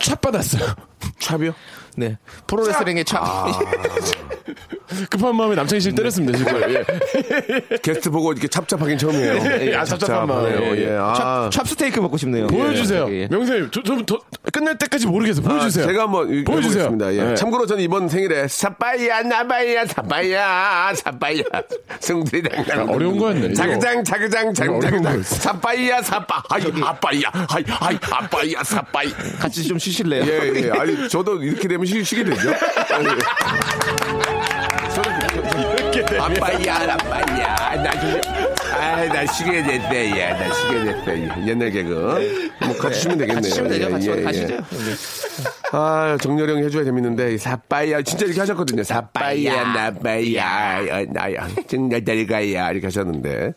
Speaker 2: 찹 받았어요.
Speaker 3: 찹이요?
Speaker 5: 네. 프로레슬링의 참.
Speaker 3: 아.
Speaker 2: 급한 마음에 남창희 씨를 때렸습니다, 지금. 예.
Speaker 3: 게스트 보고 이렇게 찹찹하긴 처음이에요.
Speaker 2: 예, 아, 찹찹한 마음.
Speaker 3: 찹찹하네요.
Speaker 2: 예, 예.
Speaker 3: 예, 아.
Speaker 5: 찹, 찹스테이크 먹고 싶네요.
Speaker 2: 보여주세요.
Speaker 5: 예, 예.
Speaker 2: 명세님, 저, 저, 더, 끝날 때까지 모르겠어요.
Speaker 3: 아,
Speaker 2: 보여주세요.
Speaker 3: 제가 한번 읽-
Speaker 2: 보여주세요.
Speaker 3: 읽어보겠습니다. 예.
Speaker 2: 네.
Speaker 3: 참고로 저는 이번 생일에 사빠야 나빠야 사빠야 사빠야 승들이랑
Speaker 2: 아, 어려운 거였네, 이거.
Speaker 3: 자그장 자그장
Speaker 2: 어려운
Speaker 3: 장장장
Speaker 2: 거였어.
Speaker 3: 사빠야 사빠 하이 아빠야 하이 하이 아빠야 사빠이
Speaker 5: 같이 좀 쉬실래요?
Speaker 3: 예, 예. 아니, 저도 이렇게 되면 쉬, 쉬게 되죠. 아빠야, 아빠야. 나 좀, 아이, 나 쉬게 됐대, 예. 나 쉬게 됐대. 예. 옛날 개그. 뭐, 같이 쉬면 되겠네요.
Speaker 5: 같이 쉬면 되죠.
Speaker 3: 예,
Speaker 5: 같이
Speaker 3: 예, 예.
Speaker 5: 가시죠.
Speaker 3: 아, 정렬형 해줘야 재밌는데, 이 사빠야. 진짜 이렇게 하셨거든요. 사빠야, 나빠야. 어, 나야. 정렬달가야. 이렇게 하셨는데.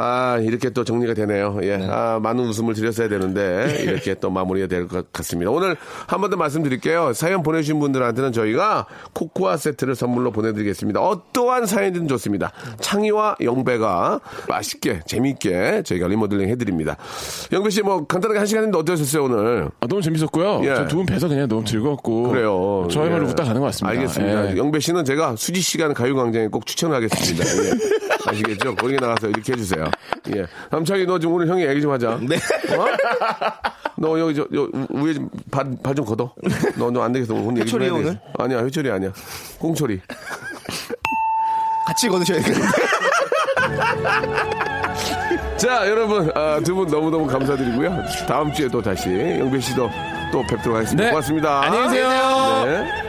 Speaker 3: 아, 이렇게 또 정리가 되네요. 네. 예. 아, 많은 웃음을 드렸어야 되는데, 이렇게 또 마무리가 될 것 같습니다. 오늘 한 번 더 말씀드릴게요. 사연 보내주신 분들한테는 저희가 코코아 세트를 선물로 보내드리겠습니다. 어떠한 사연이든 좋습니다. 창희와 영배가 맛있게, 재밌게 저희가 리모델링 해드립니다. 영배 씨, 뭐, 간단하게 한 시간인데 어떠셨어요, 오늘?
Speaker 2: 아, 너무 재밌었고요.
Speaker 3: 예.
Speaker 2: 저두분 뵈서 그냥 너무 즐거웠고.
Speaker 3: 그래요.
Speaker 2: 저희 말로
Speaker 3: 예.
Speaker 2: 웃다 가는 것 같습니다.
Speaker 3: 알겠습니다.
Speaker 2: 예.
Speaker 3: 영배 씨는 제가 수지 시간 가요광장에 꼭 추천하겠습니다. 예. 아시겠죠? 거기 나가서 이렇게 해주세요. 예. 남창이 너 지금 오늘 형이 얘기 좀 하자. 네. 어? 너 여기 저, 여, 우- 우에 좀, 발, 발좀 걷어. 너, 너 안 되겠어. 오늘 얘기 좀 해야
Speaker 5: 회초리요,
Speaker 3: 되겠어. 아니야, 회초리 아니야. 꽁초리.
Speaker 5: 같이 거두셔야 돼요.
Speaker 3: 자, 여러분, 아, 두 분 너무너무 감사드리고요. 다음 주에 또 다시 영배 씨도 또 뵙도록 하겠습니다.
Speaker 2: 네.
Speaker 3: 고맙습니다.
Speaker 2: 안녕히 계세요.
Speaker 3: 네.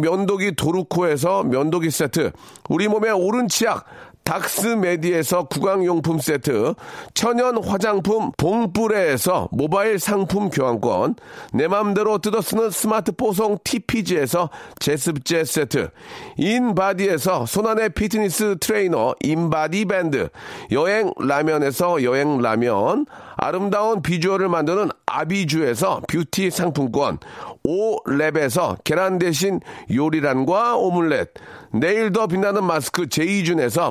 Speaker 3: 면도기 도루코에서 면도기 세트, 우리 몸의 오른 치약 닥스메디에서 구강용품 세트, 천연 화장품 봉뿌레에서 모바일 상품 교환권, 내 맘대로 뜯어쓰는 스마트 뽀송 TPG에서 제습제 세트, 인바디에서 손안의 피트니스 트레이너 인바디 밴드, 여행 라면에서 여행 라면, 아름다운 비주얼을 만드는 아비주에서 뷰티 상품권, 오랩에서 계란 대신 요리란과 오믈렛, 내일 더 빛나는 마스크 제이준에서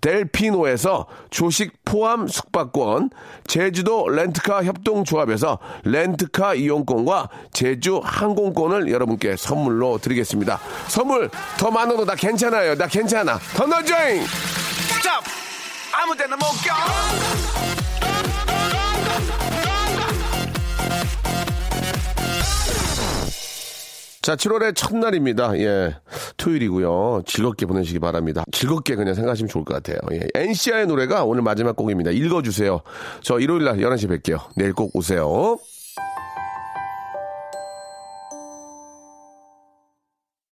Speaker 3: 델피노에서 조식 포함 숙박권, 제주도 렌트카 협동조합에서 렌트카 이용권과 제주 항공권을 여러분께 선물로 드리겠습니다. 선물 더 많아도 나 괜찮아요. 나 괜찮아. 더 넣어줘잉! 스탑! 아무 데나 못 껴! 자, 7월의 첫날입니다. 예. 토요일이고요. 즐겁게 보내시기 바랍니다. 즐겁게 그냥 생각하시면 좋을 것 같아요. 예. NCR의 노래가 오늘 마지막 곡입니다. 읽어주세요. 저 일요일 날 11시 뵐게요. 내일 꼭 오세요.